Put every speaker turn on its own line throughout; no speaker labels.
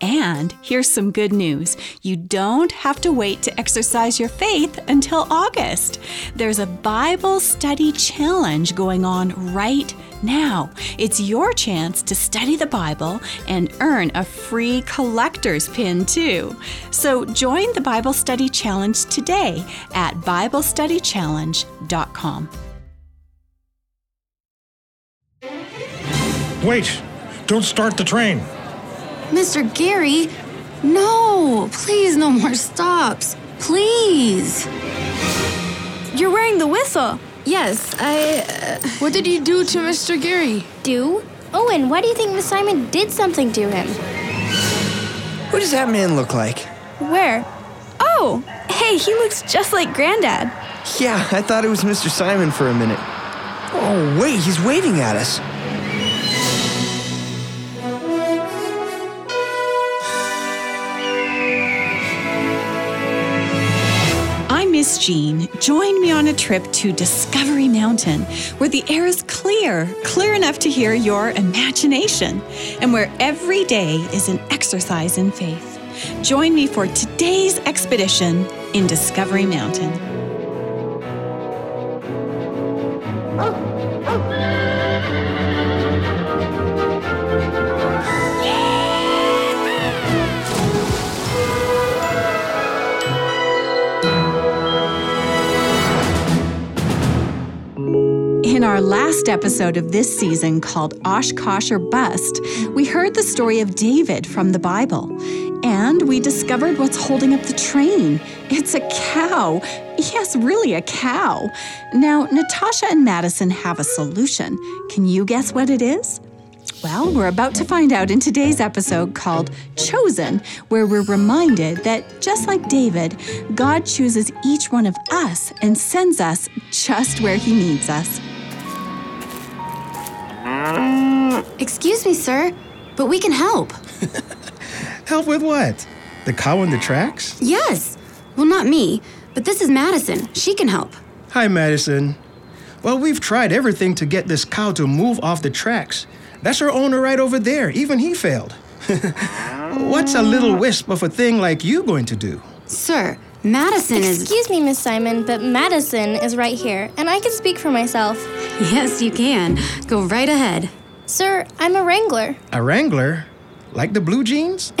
And here's some good news you don't have to wait to exercise your faith until August. There's a Bible study challenge going on right now. It's your chance to study the Bible and earn a free collector's pin, too. So join the Bible Study Challenge today at BibleStudyChallenge.com.
Wait! Don't start the train!
Mr. Gary, no, please, no more stops. Please.
You're wearing the whistle.
Yes, I. Uh,
What did you do to Mr. Gary?
Do? Owen, why do you think Miss Simon did something to him?
What does that man look like?
Where? Oh, hey, he looks just like Granddad.
Yeah, I thought it was Mr. Simon for a minute. Oh, wait, he's waving at us.
I'm Miss Jean. Join me on a trip to Discovery Mountain, where the air is clear, clear enough to hear your imagination, and where every day is an exercise in faith. Join me for today's expedition in Discovery Mountain. In our last episode of this season called Oshkosh or Bust, we heard the story of David from the Bible. And we discovered what's holding up the train. It's a cow. Yes, really, a cow. Now, Natasha and Madison have a solution. Can you guess what it is? Well, we're about to find out in today's episode called Chosen, where we're reminded that just like David, God chooses each one of us and sends us just where he needs us.
excuse me, sir, but we can help.
Help with what? The cow on the tracks?
Yes. Well, not me, but this is Madison. She can help.
Hi, Madison. Well, we've tried everything to get this cow to move off the tracks. That's our owner right over there. Even he failed. What's a little wisp of a thing like you going to do?
Sir, Madison is.
Excuse me, Miss Simon, but Madison is right here, and I can speak for myself.
Yes, you can. Go right ahead.
Sir, I'm a wrangler.
A wrangler? Like the blue jeans?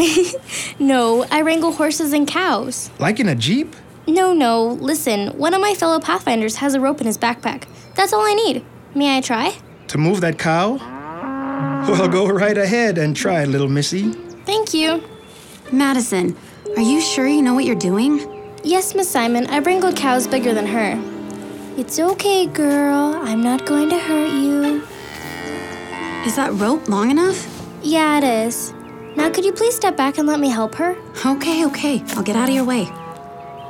No, I wrangle horses and cows.
like in a jeep?
No, no, listen, one of my fellow Pathfinders has a rope in his backpack. That's all I need. May I try?
To move that cow? Well, go right ahead and try, little missy.
Thank you.
Madison, are you sure you know what you're doing?
Yes, Miss Simon, I wrangled cows bigger than her. It's okay, girl. I'm not going to hurt you.
Is that rope long enough?
Yeah, it is. Now, could you please step back and let me help her?
Okay, okay. I'll get out of your way.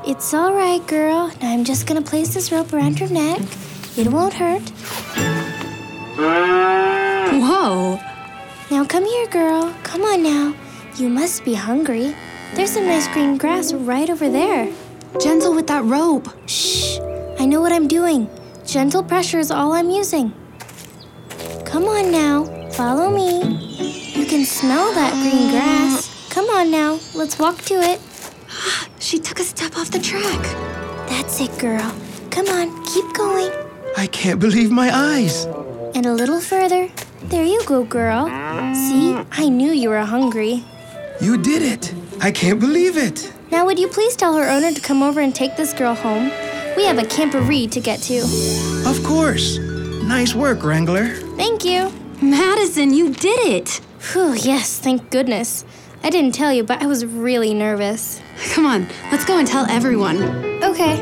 It's all right, girl. Now I'm just gonna place this rope around your neck. It won't hurt.
Whoa.
Now come here, girl. Come on now. You must be hungry. There's some nice green grass right over there.
Gentle with that rope.
Shh. I know what I'm doing. Gentle pressure is all I'm using. Come on now. Follow me. You can smell that green grass. Come on now. Let's walk to it.
She took a step off the track.
That's it, girl. Come on. Keep going.
I can't believe my eyes.
And a little further. There you go, girl. See, I knew you were hungry.
You did it. I can't believe it.
Now, would you please tell her owner to come over and take this girl home? We have a camperee to get to.
Of course. Nice work, Wrangler.
Thank you.
Madison, you did it.
Phew, yes, thank goodness. I didn't tell you, but I was really nervous.
Come on, let's go and tell everyone.
Okay.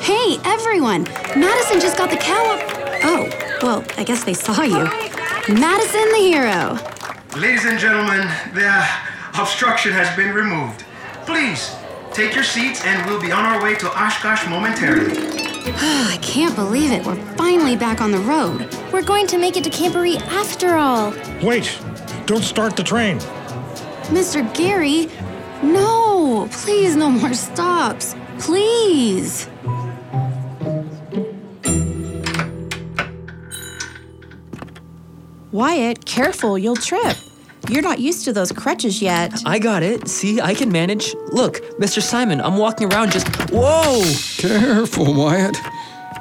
Hey, everyone! Madison just got the cow up. Oh, well, I guess they saw you. Madison the hero.
Ladies and gentlemen, the obstruction has been removed. Please take your seats and we'll be on our way to Oshkosh momentarily.
I can't believe it. We're finally back on the road.
We're going to make it to Camperee after all.
Wait, don't start the train.
Mr. Gary, no, please, no more stops. Please.
Wyatt, careful, you'll trip. You're not used to those crutches yet.
I got it. See, I can manage. Look, Mr. Simon, I'm walking around just. Whoa!
Careful, Wyatt.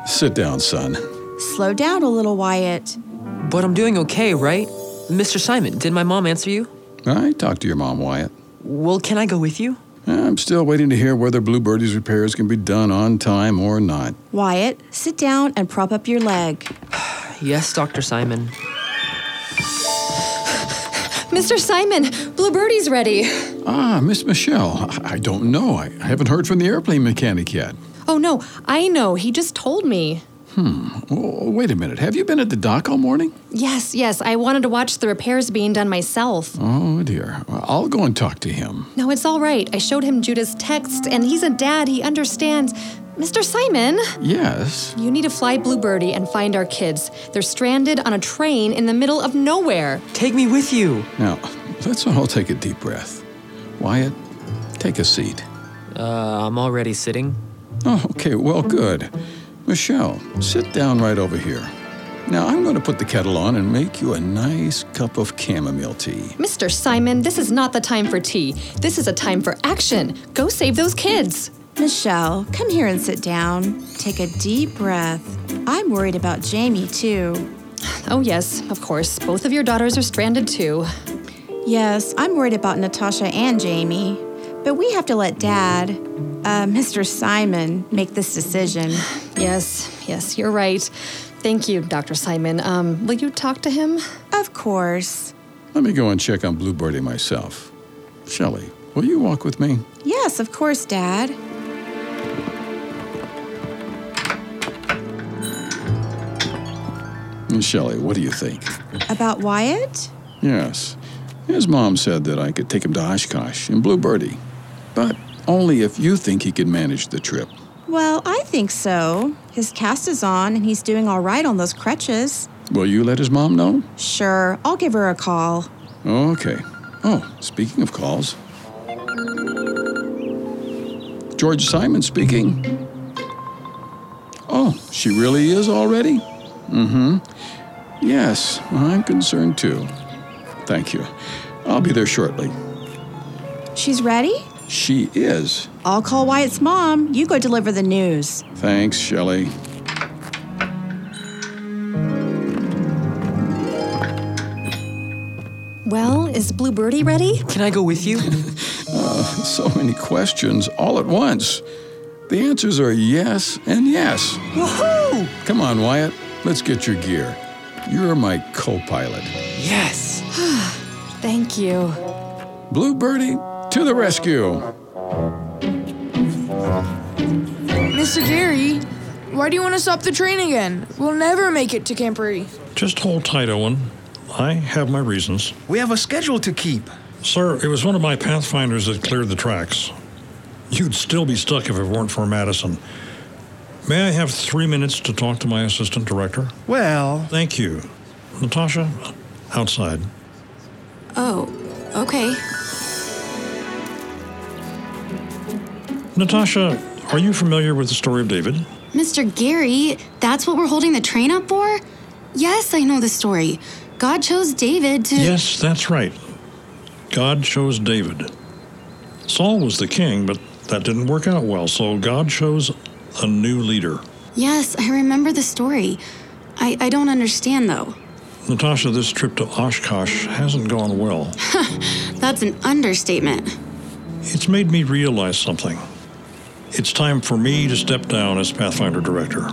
Sit down, son.
Slow down a little, Wyatt.
But I'm doing okay, right? Mr. Simon, did my mom answer you?
I talked to your mom, Wyatt.
Well, can I go with you?
I'm still waiting to hear whether Bluebirdie's repairs can be done on time or not.
Wyatt, sit down and prop up your leg.
Yes, Dr. Simon.
Mr. Simon, Bluebirdie's ready.
Ah, Miss Michelle, I- I don't know. I I haven't heard from the airplane mechanic yet.
Oh no, I know. He just told me.
Oh, wait a minute. Have you been at the dock all morning?
Yes, yes, I wanted to watch the repairs being done myself.
Oh, dear. Well, I'll go and talk to him.
No, it's all right. I showed him Judah's text, and he's a dad. He understands. Mr. Simon,
Yes.
you need to fly Bluebirdie and find our kids. They're stranded on a train in the middle of nowhere.
Take me with you.
Now, let's all take a deep breath. Wyatt, take a seat.
Uh, I'm already sitting.
Oh, okay. Well, good. Michelle, sit down right over here. Now, I'm going to put the kettle on and make you a nice cup of chamomile tea.
Mr. Simon, this is not the time for tea. This is a time for action. Go save those kids.
Michelle, come here and sit down. Take a deep breath. I'm worried about Jamie, too.
Oh, yes, of course. Both of your daughters are stranded too.
Yes, I'm worried about Natasha and Jamie. But we have to let Dad, uh, Mr. Simon, make this decision.
Yes, yes, you're right. Thank you, Dr. Simon. Um, will you talk to him?
Of course.
Let me go and check on Bluebirdie myself. Shelley, will you walk with me?
Yes, of course, Dad.
And Mm, Shelley, what do you think?
About Wyatt?
Yes. His mom said that I could take him to Oshkosh and Bluebirdie, but only if you think he can manage the trip.
Well, I think so. His cast is on and he's doing all right on those crutches.
Will you let his mom know?
Sure, I'll give her a call.
Okay. Oh, speaking of calls. George Simon speaking. Oh, she really is already? Mm hmm. Yes, I'm concerned too. Thank you. I'll be there shortly.
She's ready?
She is.
I'll call Wyatt's mom. You go deliver the news.
Thanks, Shelley.
Well, is Bluebirdie ready?
Can I go with you?
Oh, So many questions all at once. The answers are yes and yes.
Woohoo!
Come on, Wyatt. Let's get your gear. You're my co pilot.
Yes!
Thank you.
Bluebirdie to the rescue.
Mr. Gary, why do you want to stop the train again? We'll never make it to Camperee.
Just hold tight, Owen. I have my reasons.
We have a schedule to keep.
Sir, it was one of my Pathfinders that cleared the tracks. You'd still be stuck if it weren't for Madison. May I have three minutes to talk to my assistant director?
Well,
Thank you. Natasha, outside.
Oh, okay.
Natasha, are you familiar with the story of David?
Mr. Gary, that's what we're holding the train up for? Yes, I know the story. God chose David to.
Yes, that's right. God chose David. Saul was the king, but that didn't work out well, so God chose a new leader.
Yes, I remember the story. I, I don't understand, though.
Natasha, this trip to Oshkosh hasn't gone well.
That's an understatement.
It's made me realize something. It's time for me to step down as Pathfinder Director.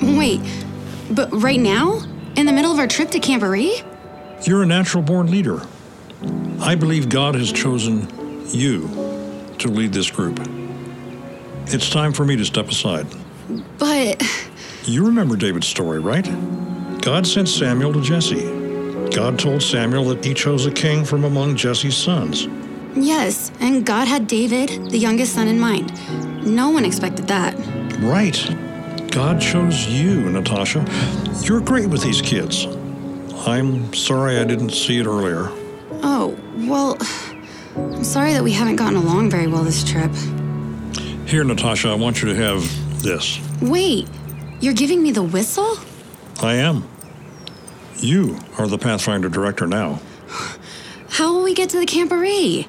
Wait, but right now? In the middle of our trip to Camboree?
You're a natural born leader. I believe God has chosen you to lead this group. It's time for me to step aside.
But.
You remember David's story, right? God sent Samuel to Jesse. God told Samuel that he chose a king from among Jesse's sons.
Yes, and God had David, the youngest son, in mind. No one expected that.
Right. God chose you, Natasha. You're great with these kids. I'm sorry I didn't see it earlier.
Oh, well, I'm sorry that we haven't gotten along very well this trip.
Here, Natasha, I want you to have this.
Wait, you're giving me the whistle?
I am. You are the Pathfinder director now.
How will we get to the camperee?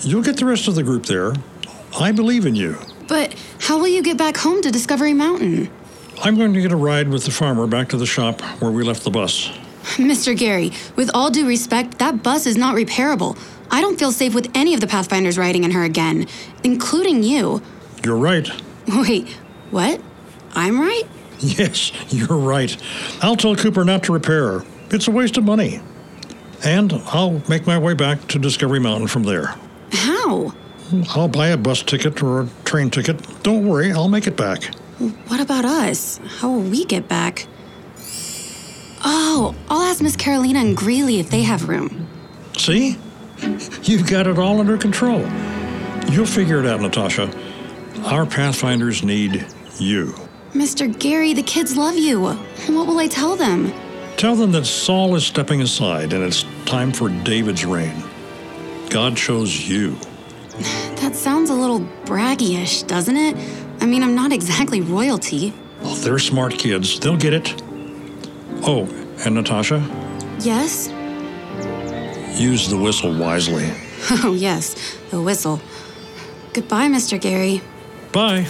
You'll get the rest of the group there. I believe in you.
But how will you get back home to Discovery Mountain?
I'm going to get a ride with the farmer back to the shop where we left the bus.
Mr. Gary, with all due respect, that bus is not repairable. I don't feel safe with any of the Pathfinders riding in her again, including you.
You're right.
Wait, what? I'm right?
Yes, you're right. I'll tell Cooper not to repair her. It's a waste of money. And I'll make my way back to Discovery Mountain from there.
How?
I'll buy a bus ticket or a train ticket. Don't worry, I'll make it back.
What about us? How will we get back? Oh, I'll ask Miss Carolina and Greeley if they have room.
See? You've got it all under control. You'll figure it out, Natasha. Our Pathfinders need you.
Mr. Gary, the kids love you. What will I tell them?
Tell them that Saul is stepping aside and it's time for David's reign. God chose you.
That sounds a little braggyish, doesn't it? I mean, I'm not exactly royalty.
Well, they're smart kids. They'll get it. Oh, and Natasha,
Yes?
use the whistle wisely.
Oh, yes, the whistle. Goodbye, Mr. Gary.
Bye.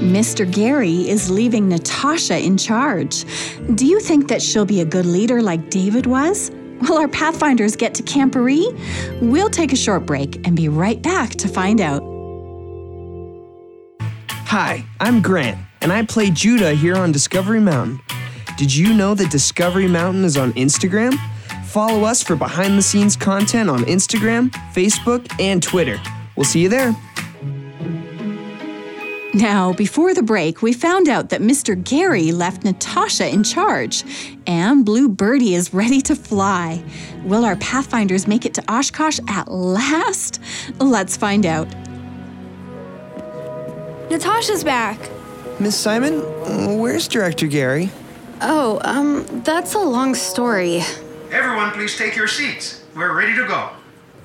Mr. Gary is leaving Natasha in charge. Do you think that she'll be a good leader like David was? Will our Pathfinders get to Camperee? We'll take a short break and be right back to find out.
Hi, I'm Grant, and I play Judah here on Discovery Mountain. Did you know that Discovery Mountain is on Instagram? Follow us for behind the scenes content on Instagram, Facebook, and Twitter. We'll see you there.
Now, before the break, we found out that Mr. Gary left Natasha in charge, and Blue Birdie is ready to fly. Will our Pathfinders make it to Oshkosh at last? Let's find out.
Natasha's back.
Miss Simon, where's Director Gary?
Oh, um, that's a long story.
Everyone, please take your seats. We're ready to go.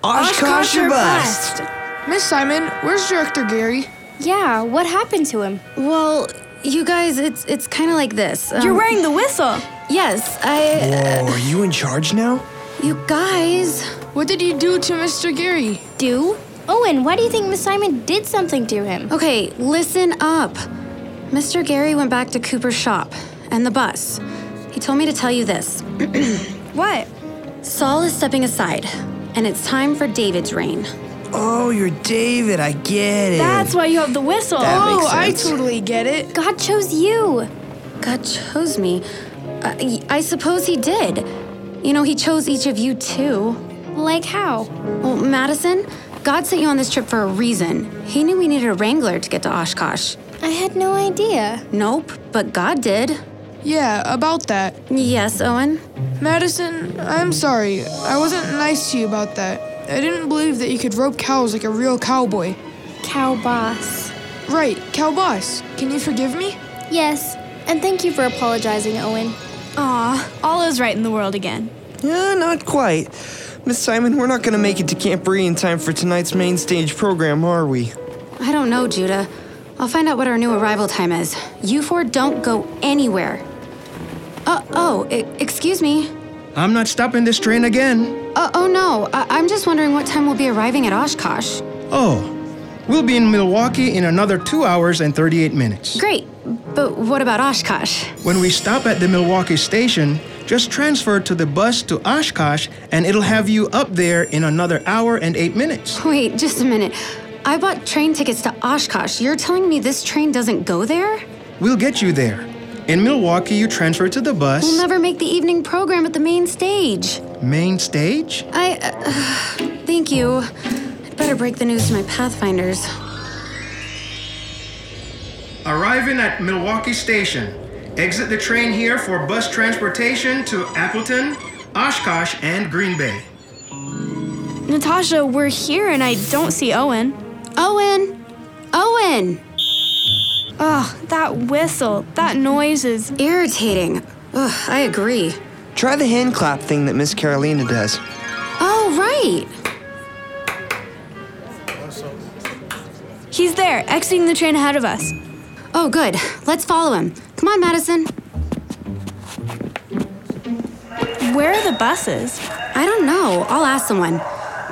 Oshkosh or
bust. Miss Simon, where's Director Gary?
Yeah, what happened to him?
Well, you guys, it's it's kind of like this. um,
um,
You're wearing the whistle.
Yes, I.
Whoa, are you in charge now?
You guys,
what did you do to Mr. Gary?
Do? Owen, why do you think Miss Simon did something to him?
Okay, listen up. Mr. Gary went back to Cooper's shop and the bus. He told me to tell you this.
What?
Saul is stepping aside, and it's time for David's reign.
Oh, you're David. I get it.
That's why you have the whistle.
That
oh,
makes
I
sense.
totally get it.
God chose you.
God chose me. I, I suppose he did. You know, he chose each of you too.
Like how?
Well, Madison, God sent you on this trip for a reason. He knew we needed a wrangler to get to Oshkosh.
I had no idea.
Nope, but God did.
Yeah, about that.
Yes, Owen?
Madison, I'm sorry. I wasn't nice to you about that. I didn't believe that you could rope cows like a real cowboy.
Cow boss.
Right, cow boss. Can you forgive me?
Yes, and thank you for apologizing, Owen.
Aw, all is right in the world again.
Yeah, not quite. Miss Simon, we're not going to make it to Camp Bree in time for tonight's main stage program, are we?
I don't know, Judah. I'll find out what our new arrival time is. You four don't go anywhere. Uh, oh, e- excuse me.
I'm not stopping this train again.
Uh, oh no, I- I'm just wondering what time we'll be arriving at Oshkosh.
Oh, we'll be in Milwaukee in another two hours and 38 minutes.
Great, but what about Oshkosh?
When we stop at the Milwaukee station, just transfer to the bus to Oshkosh and it'll have you up there in another hour and eight minutes.
Wait, just a minute. I bought train tickets to Oshkosh. You're telling me this train doesn't go there?
We'll get you there. In Milwaukee, you transfer to the bus.
We'll never make the evening program at the main stage.
Main stage?
I. Uh, thank you. I'd better break the news to my Pathfinders.
Arriving at Milwaukee Station. Exit the train here for bus transportation to Appleton, Oshkosh, and Green Bay.
Natasha, we're here and I don't see Owen.
Owen! Owen!
Ugh, that whistle, that noise is
irritating. Ugh, I agree.
Try the hand clap thing that Miss Carolina does.
Oh, right.
He's there, exiting the train ahead of us.
Oh, good. Let's follow him. Come on, Madison.
Where are the buses?
I don't know. I'll ask someone.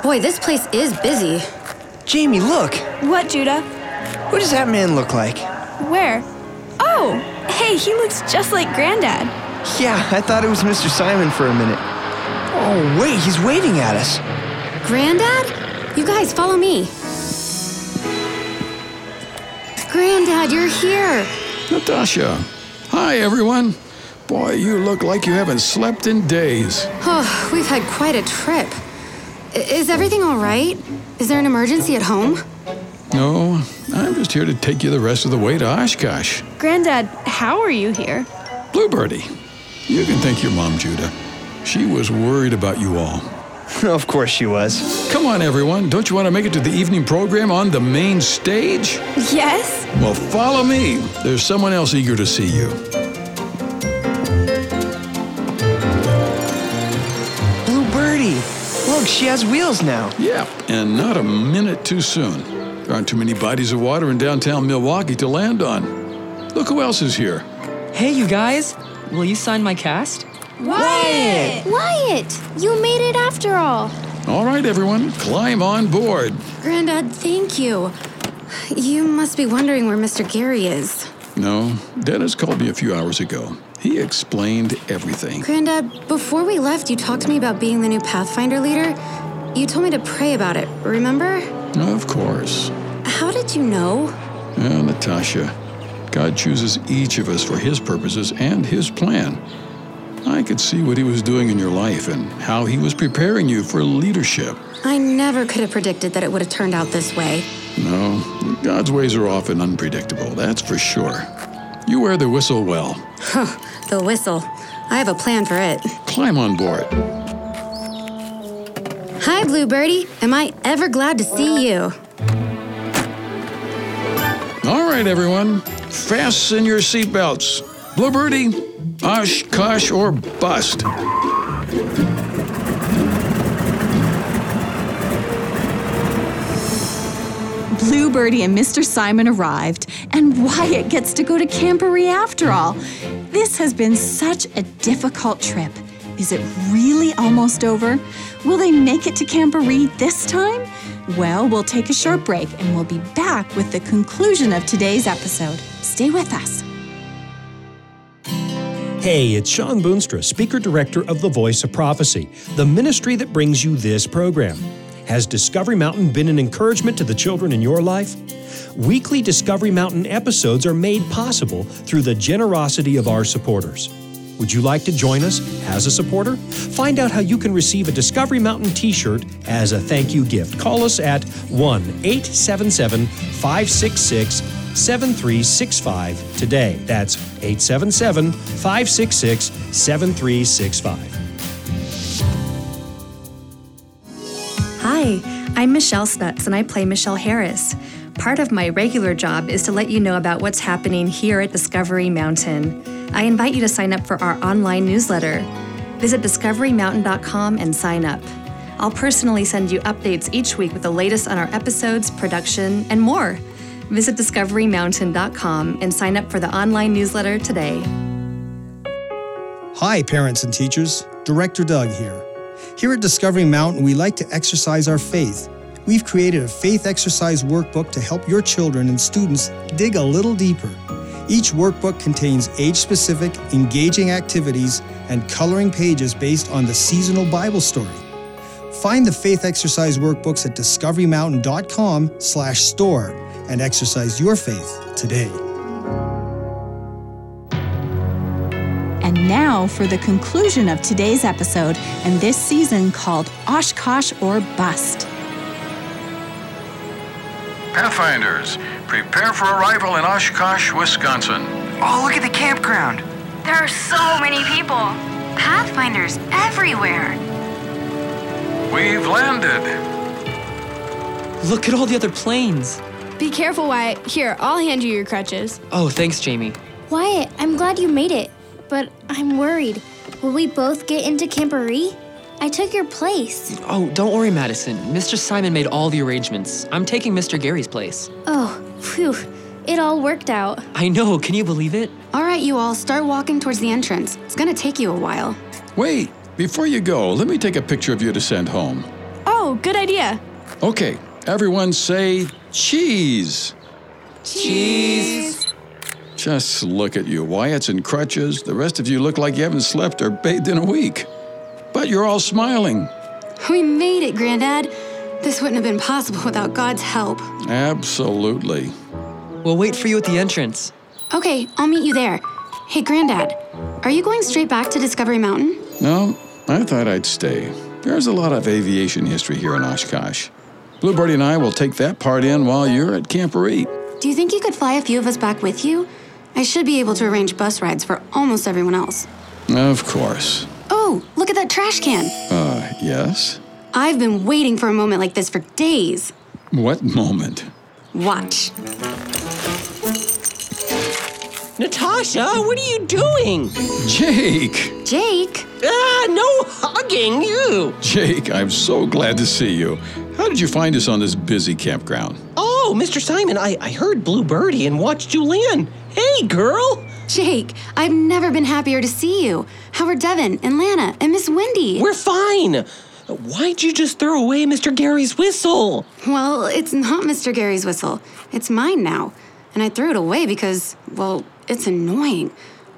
Boy, this place is busy.
Jamie, look.
What, Judah?
What does that man look like?
Where? Oh, hey, he looks just like Granddad.
Yeah, I thought it was Mr. Simon for a minute. Oh, wait, he's waving at us.
Granddad? You guys, follow me. Granddad, you're here.
Natasha. Hi, everyone. Boy, you look like you haven't slept in days.
Oh, we've had quite a trip. I- Is everything all right? Is there an emergency at home?
No, I'm just here to take you the rest of the way to Oshkosh.
Granddad, how are you here?
Bluebirdie, you can thank your mom, Judah. She was worried about you all.
of course she was.
Come on, everyone. Don't you want to make it to the evening program on the main stage?
Yes?
Well, follow me. There's someone else eager to see you.
Blue Birdie. Look, she has wheels now.
Yeah, and not a minute too soon. There aren't too many bodies of water in downtown Milwaukee to land on. Look who else is here.
Hey, you guys. Will you sign my cast?
Wyatt! Wyatt! You made it after all.
All right, everyone, climb on board.
Granddad, thank you. You must be wondering where Mr. Gary is.
No, Dennis called me a few hours ago. He explained everything.
Granddad, before we left, you talked to me about being the new Pathfinder leader. You told me to pray about it, remember?
Of course.
How did you know?
Ah, Natasha, God chooses each of us for His purposes and His plan. I could see what He was doing in your life and how He was preparing you for leadership.
I never could have predicted that it would have turned out this way.
No, God's ways are often unpredictable, that's for sure. You wear the whistle well.
Huh, the whistle. I have a plan for it.
Climb on board.
Hi, Blue Birdie. Am I ever glad to see you?
All right, everyone, fasten your seatbelts. Bluebirdie, Oshkosh or bust.
Bluebirdie and Mr. Simon arrived, and Wyatt gets to go to Camperee after all. This has been such a difficult trip. Is it really almost over? Will they make it to Camperee this time? Well, we'll take a short break and we'll be back with the conclusion of today's episode. Stay with us.
Hey, it's Sean Boonstra, speaker director of The Voice of Prophecy, the ministry that brings you this program. Has Discovery Mountain been an encouragement to the children in your life? Weekly Discovery Mountain episodes are made possible through the generosity of our supporters. Would you like to join us as a supporter? Find out how you can receive a Discovery Mountain t shirt as a thank you gift. Call us at 1 877 566 7365 today. That's 877 566 7365.
Hi, I'm Michelle Snuts and I play Michelle Harris. Part of my regular job is to let you know about what's happening here at Discovery Mountain. I invite you to sign up for our online newsletter. Visit discoverymountain.com and sign up. I'll personally send you updates each week with the latest on our episodes, production, and more. Visit discoverymountain.com and sign up for the online newsletter today.
Hi, parents and teachers. Director Doug here. Here at Discovering Mountain, we like to exercise our faith. We've created a faith exercise workbook to help your children and students dig a little deeper. Each workbook contains age specific, engaging activities and coloring pages based on the seasonal Bible story. Find the faith exercise workbooks at discoverymountain.com/store and exercise your faith today.
And now for the conclusion of today's episode and this season called Oshkosh or Bust.
Pathfinders, prepare for arrival in Oshkosh, Wisconsin.
Oh, look at the campground. There are so many people. Pathfinders everywhere.
We've landed.
Look at all the other planes.
Be careful, Wyatt. Here, I'll hand you your crutches.
Oh, thanks, Jamie.
Wyatt, I'm glad you made it, but I'm worried. Will we both get into Camperee? I took your place.
Oh, don't worry, Madison. Mr. Simon made all the arrangements. I'm taking Mr. Gary's place.
Oh, phew. It all worked out.
I know, can you believe it?
All right, you all, start walking towards the entrance. It's gonna take you a while.
Wait, before you go, let me take a picture of you to send home.
Oh, good idea.
Okay, everyone say cheese.
Cheese.
Just look at you. Wyatt's in crutches. The rest of you look like you haven't slept or bathed in a week. But you're all smiling.
We made it, Granddad. This wouldn't have been possible without God's help.
Absolutely.
We'll wait for you at the entrance.
Okay, I'll meet you there. Hey, Granddad, are you going straight back to Discovery Mountain?
No, I thought I'd stay. There's a lot of aviation history here in Oshkosh. Bluebirdie and I will take that part in while you're at Camperee.
Do you think you could fly a few of us back with you? I should be able to arrange bus rides for almost everyone else.
Of course.
Oh, look at that trash can.
Uh, yes?
I've been waiting for a moment like this for days.
What moment?
Watch.
Natasha, what are you doing?
Jake!
Jake?
Ah, no hugging you!
Jake, I'm so glad to see you. How did you find us on this busy campground?
Oh, Mr. Simon, I, I heard Blue Birdie and watched Julian. Hey, girl!
Jake, I've never been happier to see you. How are Devin and Lana and Miss Wendy?
We're fine. Why'd you just throw away Mr. Gary's whistle?
Well, it's not Mr. Gary's whistle. It's mine now. And I threw it away because, well, it's annoying.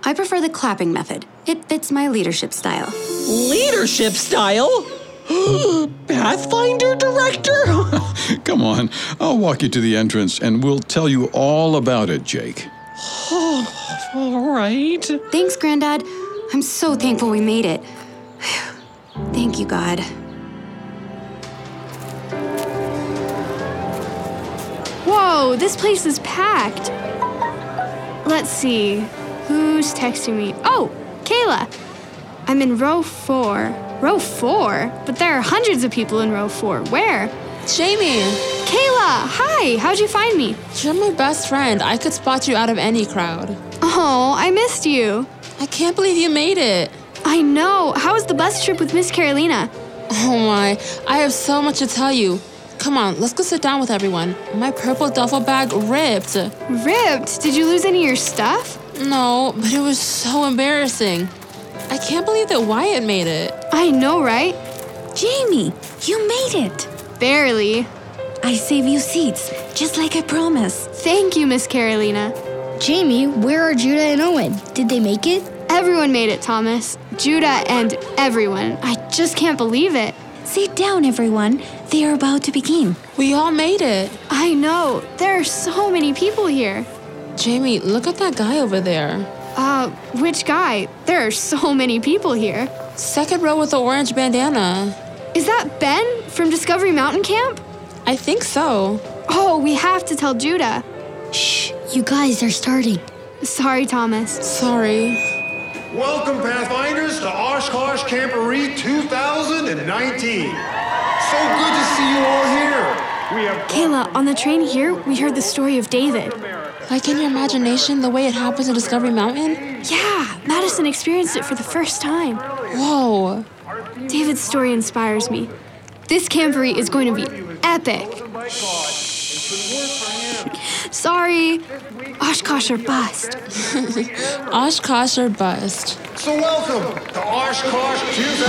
I prefer the clapping method. It fits my leadership style.
Leadership style? Pathfinder director?
Come on, I'll walk you to the entrance and we'll tell you all about it, Jake.
Oh, all right.
Thanks, Granddad. I'm so thankful we made it. Thank you, God.
Whoa, this place is packed. Let's see. Who's texting me? Oh, Kayla. I'm in row four. Row four? But there are hundreds of people in row four. Where?
Jamie!
Kayla, hi. How'd you find me?
You're my best friend. I could spot you out of any crowd.
Oh, I missed you.
I can't believe you made it.
I know. How was the bus trip with Miss Carolina?
Oh my, I have so much to tell you. Come on, let's go sit down with everyone. My purple duffel bag ripped.
Ripped? Did you lose any of your stuff?
No, but it was so embarrassing. I can't believe that Wyatt made it.
I know, right?
Jamie, you made it.
Barely.
I save you seats, just like I promised.
Thank you, Miss Carolina.
Jamie, where are Judah and Owen? Did they make it?
Everyone made it, Thomas. Judah and everyone. I just can't believe it.
Sit down, everyone. They are about to begin.
We all made it.
I know. There are so many people here.
Jamie, look at that guy over there.
Uh, which guy? There are so many people here.
Second row with the orange bandana.
Is that Ben from Discovery Mountain Camp?
I think so.
Oh, we have to tell Judah.
Shh, you guys are starting.
Sorry, Thomas.
Sorry.
Welcome, Pathfinders, to Oshkosh Camperee 2019. So good to see you all here. We have
Kayla, on the train here, we heard the story of David.
Like in your imagination, the way it happens in Discovery Mountain?
Yeah, Madison experienced it for the first time.
Whoa.
David's story inspires me. This campery is going to be epic. Sorry, Oshkosh or bust.
Oshkosh or bust.
So welcome to Oshkosh 2019.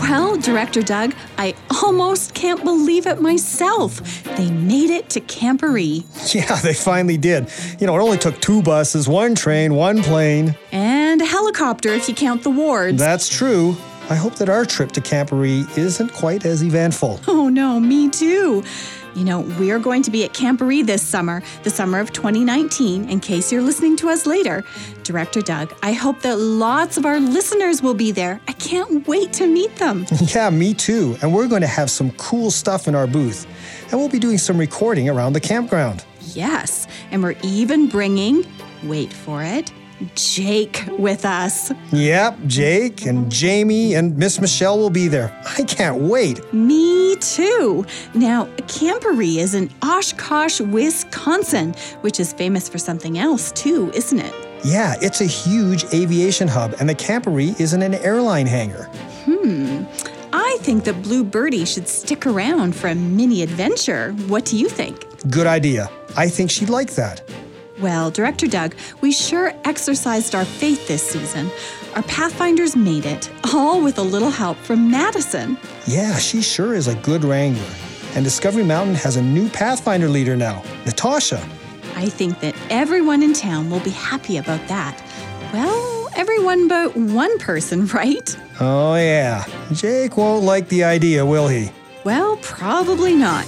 Well, Director Doug, I almost can't believe it myself. They made it to Camperee.
Yeah, they finally did. You know, it only took two buses, one train, one plane.
And a helicopter if you count the wards.
That's true. I hope that our trip to Camperee isn't quite as eventful.
Oh no, me too. You know, we're going to be at Camperee this summer, the summer of 2019, in case you're listening to us later. Director Doug, I hope that lots of our listeners will be there. I can't wait to meet them.
Yeah, me too. And we're going to have some cool stuff in our booth. And we'll be doing some recording around the campground.
Yes, and we're even bringing, wait for it, Jake with us.
Yep, Jake and Jamie and Miss Michelle will be there. I can't wait.
Me too. Now, Camperee is in Oshkosh, Wisconsin, which is famous for something else too, isn't it?
Yeah, it's a huge aviation hub, and the Camperee is in an airline hangar.
Hmm. I think that Blue Birdie should stick around for a mini adventure. What do you think?
Good idea. I think she'd like that.
Well, Director Doug, we sure exercised our faith this season. Our Pathfinders made it, all with a little help from Madison.
Yeah, she sure is a good wrangler. And Discovery Mountain has a new Pathfinder leader now, Natasha.
I think that everyone in town will be happy about that. Well, everyone but one person, right?
Oh, yeah. Jake won't like the idea, will he?
Well, probably not.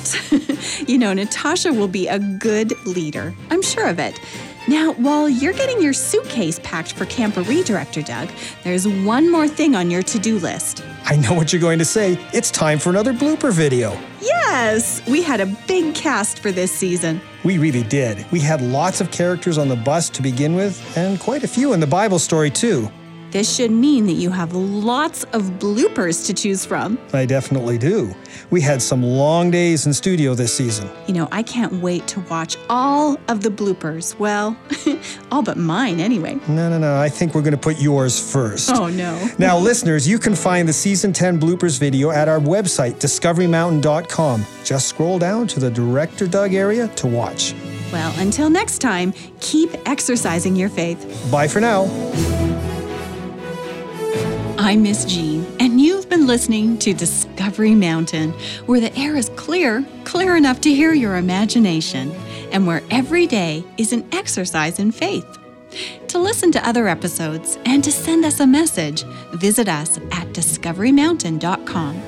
you know, Natasha will be a good leader. I'm sure of it. Now, while you're getting your suitcase packed for Camperee, Director Doug, there's one more thing on your to do list.
I know what you're going to say. It's time for another blooper video.
Yes, we had a big cast for this season.
We really did. We had lots of characters on the bus to begin with, and quite a few in the Bible story, too.
This should mean that you have lots of bloopers to choose from.
I definitely do. We had some long days in studio this season.
You know, I can't wait to watch all of the bloopers. Well, all but mine, anyway.
No, no, no. I think we're going to put yours first.
Oh, no.
now, listeners, you can find the season 10 bloopers video at our website, discoverymountain.com. Just scroll down to the Director Doug area to watch.
Well, until next time, keep exercising your faith.
Bye for now.
I'm Miss Jean, and you've been listening to Discovery Mountain, where the air is clear, clear enough to hear your imagination, and where every day is an exercise in faith. To listen to other episodes and to send us a message, visit us at discoverymountain.com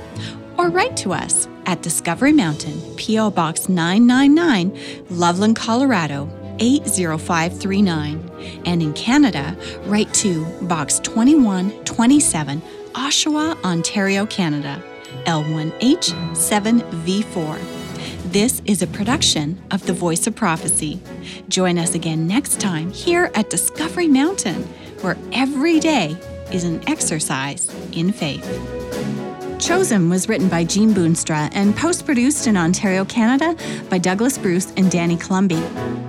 or write to us at Discovery Mountain, P.O. Box 999, Loveland, Colorado 80539. And in Canada, write to Box 2127, Oshawa, Ontario, Canada, L1H7V4. This is a production of The Voice of Prophecy. Join us again next time here at Discovery Mountain, where every day is an exercise in faith. Chosen was written by Jean Boonstra and post produced in Ontario, Canada by Douglas Bruce and Danny Columbi.